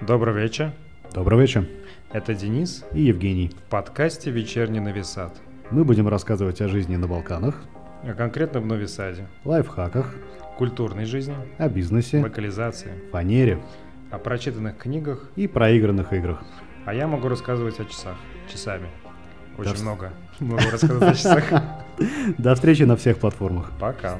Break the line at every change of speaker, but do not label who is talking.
Добрый вечер.
Добрый вечер.
Это Денис
И Евгений.
в подкасте «Вечерний новисад»,
Мы будем рассказывать о жизни на Балканах,
а конкретно в Новисаде,
лайфхаках,
культурной жизни,
о бизнесе,
локализации,
фанере
о прочитанных книгах,
и проигранных играх.
а я могу рассказывать о часах, часами. Очень
Да.
много. Могу рассказывать о часах.
До встречи на всех платформах.
Пока.